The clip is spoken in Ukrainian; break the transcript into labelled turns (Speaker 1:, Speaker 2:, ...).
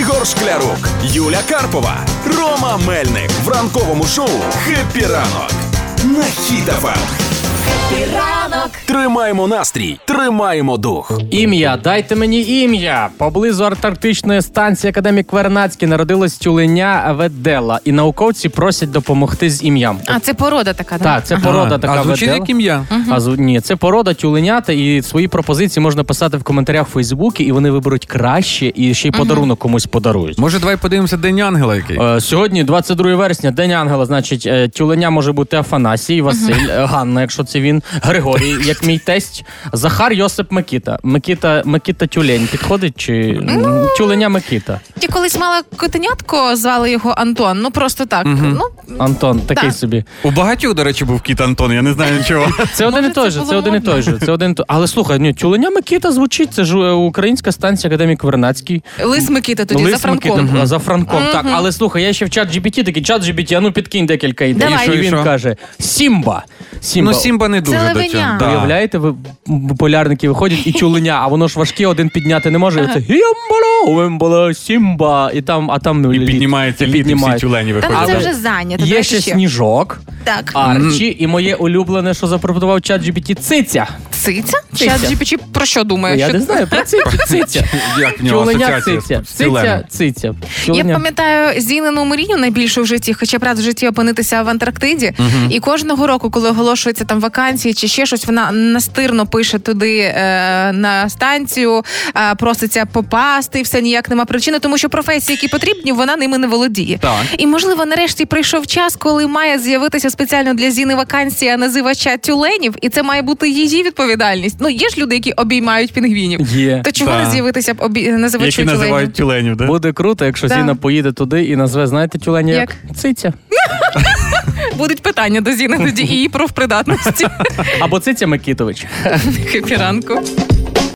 Speaker 1: Ігор Шклярук, Юля Карпова, Рома Мельник в ранковому шоу «Хеппі ранок» на Хіт-ФМ.
Speaker 2: Ранок.
Speaker 1: Тримаємо настрій, тримаємо дух.
Speaker 3: Ім'я, дайте мені ім'я. Поблизу антарктичної станції академік Вернацький народилось тюленя ведела, і науковці просять допомогти з ім'ям.
Speaker 4: А це порода така,
Speaker 3: Так, це порода
Speaker 5: а,
Speaker 3: така
Speaker 5: а звучить
Speaker 3: ведела.
Speaker 5: як ім'я.
Speaker 3: А зу- ні, це порода тюленята, і свої пропозиції можна писати в коментарях в Фейсбуці, і вони виберуть краще і ще й подарунок комусь подарують.
Speaker 5: Може, давай подивимося День ангела який.
Speaker 3: Е, Сьогодні, 22 вересня, День Ангела. Значить, е, тюленя може бути Афанасій, Василь, е, Ганна, якщо це він, Григорій, як мій тесть, Захар Йосип Микіта. Микіта, Микіта Тюлень підходить чи
Speaker 4: Ну,
Speaker 3: тюленя Микіта?
Speaker 4: Я колись мала котенятко, звали його Антон. Ну просто так. Ну
Speaker 3: Антон, такий
Speaker 4: Так.
Speaker 3: собі.
Speaker 5: У багатьох, до речі, був кіт Антон, я не знаю чого.
Speaker 3: Це один і
Speaker 4: це
Speaker 3: той же, це
Speaker 4: було
Speaker 3: один і той же. Це один і той. Але слухай, ні, тюленя Микіта звучить. Це ж е, українська станція академік Вернацький.
Speaker 4: лис Микита тоді
Speaker 3: Ну, Лис
Speaker 4: за Франком.
Speaker 3: Микита, а, за Франком. Так, але слухай, я ще в чат GPT, такий чат GPT, а ну підкинь декілька ідей.
Speaker 4: Давай. І що,
Speaker 3: І
Speaker 5: і
Speaker 3: він
Speaker 5: що?
Speaker 3: каже: Сімба. Сімба.
Speaker 5: Ну, Сімба не дуже до
Speaker 4: левеня.
Speaker 5: цього.
Speaker 4: Да.
Speaker 3: Уявляєте, ви м, полярники виходять і чуленя, а воно ж важке один підняти не може. І Це гімбало, вимбало, сімба, і там, а там
Speaker 5: І
Speaker 3: лід.
Speaker 5: піднімається
Speaker 3: І
Speaker 5: лід, і всі
Speaker 3: піднімають.
Speaker 5: тюлені
Speaker 4: Там
Speaker 5: виходять.
Speaker 4: це
Speaker 3: Але
Speaker 4: вже зайнято.
Speaker 3: Є
Speaker 4: давайте
Speaker 3: ще сніжок,
Speaker 4: Так.
Speaker 3: арчі, і моє улюблене, що запропонував чат GPT циця.
Speaker 4: Циця?
Speaker 3: Циця.
Speaker 4: Чат GPT про що думає?
Speaker 3: Ну, Я
Speaker 4: що...
Speaker 3: не знаю, про цицю, циця.
Speaker 5: Як в нього
Speaker 3: Чуленя
Speaker 5: асоціація
Speaker 3: циця.
Speaker 5: з тюленем?
Speaker 3: Циця, циця.
Speaker 4: Я
Speaker 3: Тюленя.
Speaker 4: пам'ятаю Зінину мрію найбільшу в житті, хоча б раз в житті опинитися в Антарктиді. І кожного року, коли оголошуються там вакансії чи ще щось, вона настирно пише туди е, на станцію, е, проситься попасти, і все ніяк нема причини, тому що професії, які потрібні, вона ними не володіє.
Speaker 5: Так.
Speaker 4: І можливо, нарешті прийшов час, коли має з'явитися спеціально для Зіни вакансія називача тюленів, і це має бути її відповідальність. Ну є ж люди, які обіймають пінгвінів.
Speaker 3: Є.
Speaker 4: То чого
Speaker 5: Так.
Speaker 4: не з'явитися б обі... називачу
Speaker 5: Які
Speaker 4: тюленів?
Speaker 5: називають тюленів, да?
Speaker 3: Буде круто, якщо
Speaker 4: Да.
Speaker 3: Зіна поїде туди і назве, знаєте, тюленя як? Циця.
Speaker 4: Будуть питання до Зіни тоді і про впридатності.
Speaker 3: Або циця Микітович.
Speaker 4: Хепі ранку.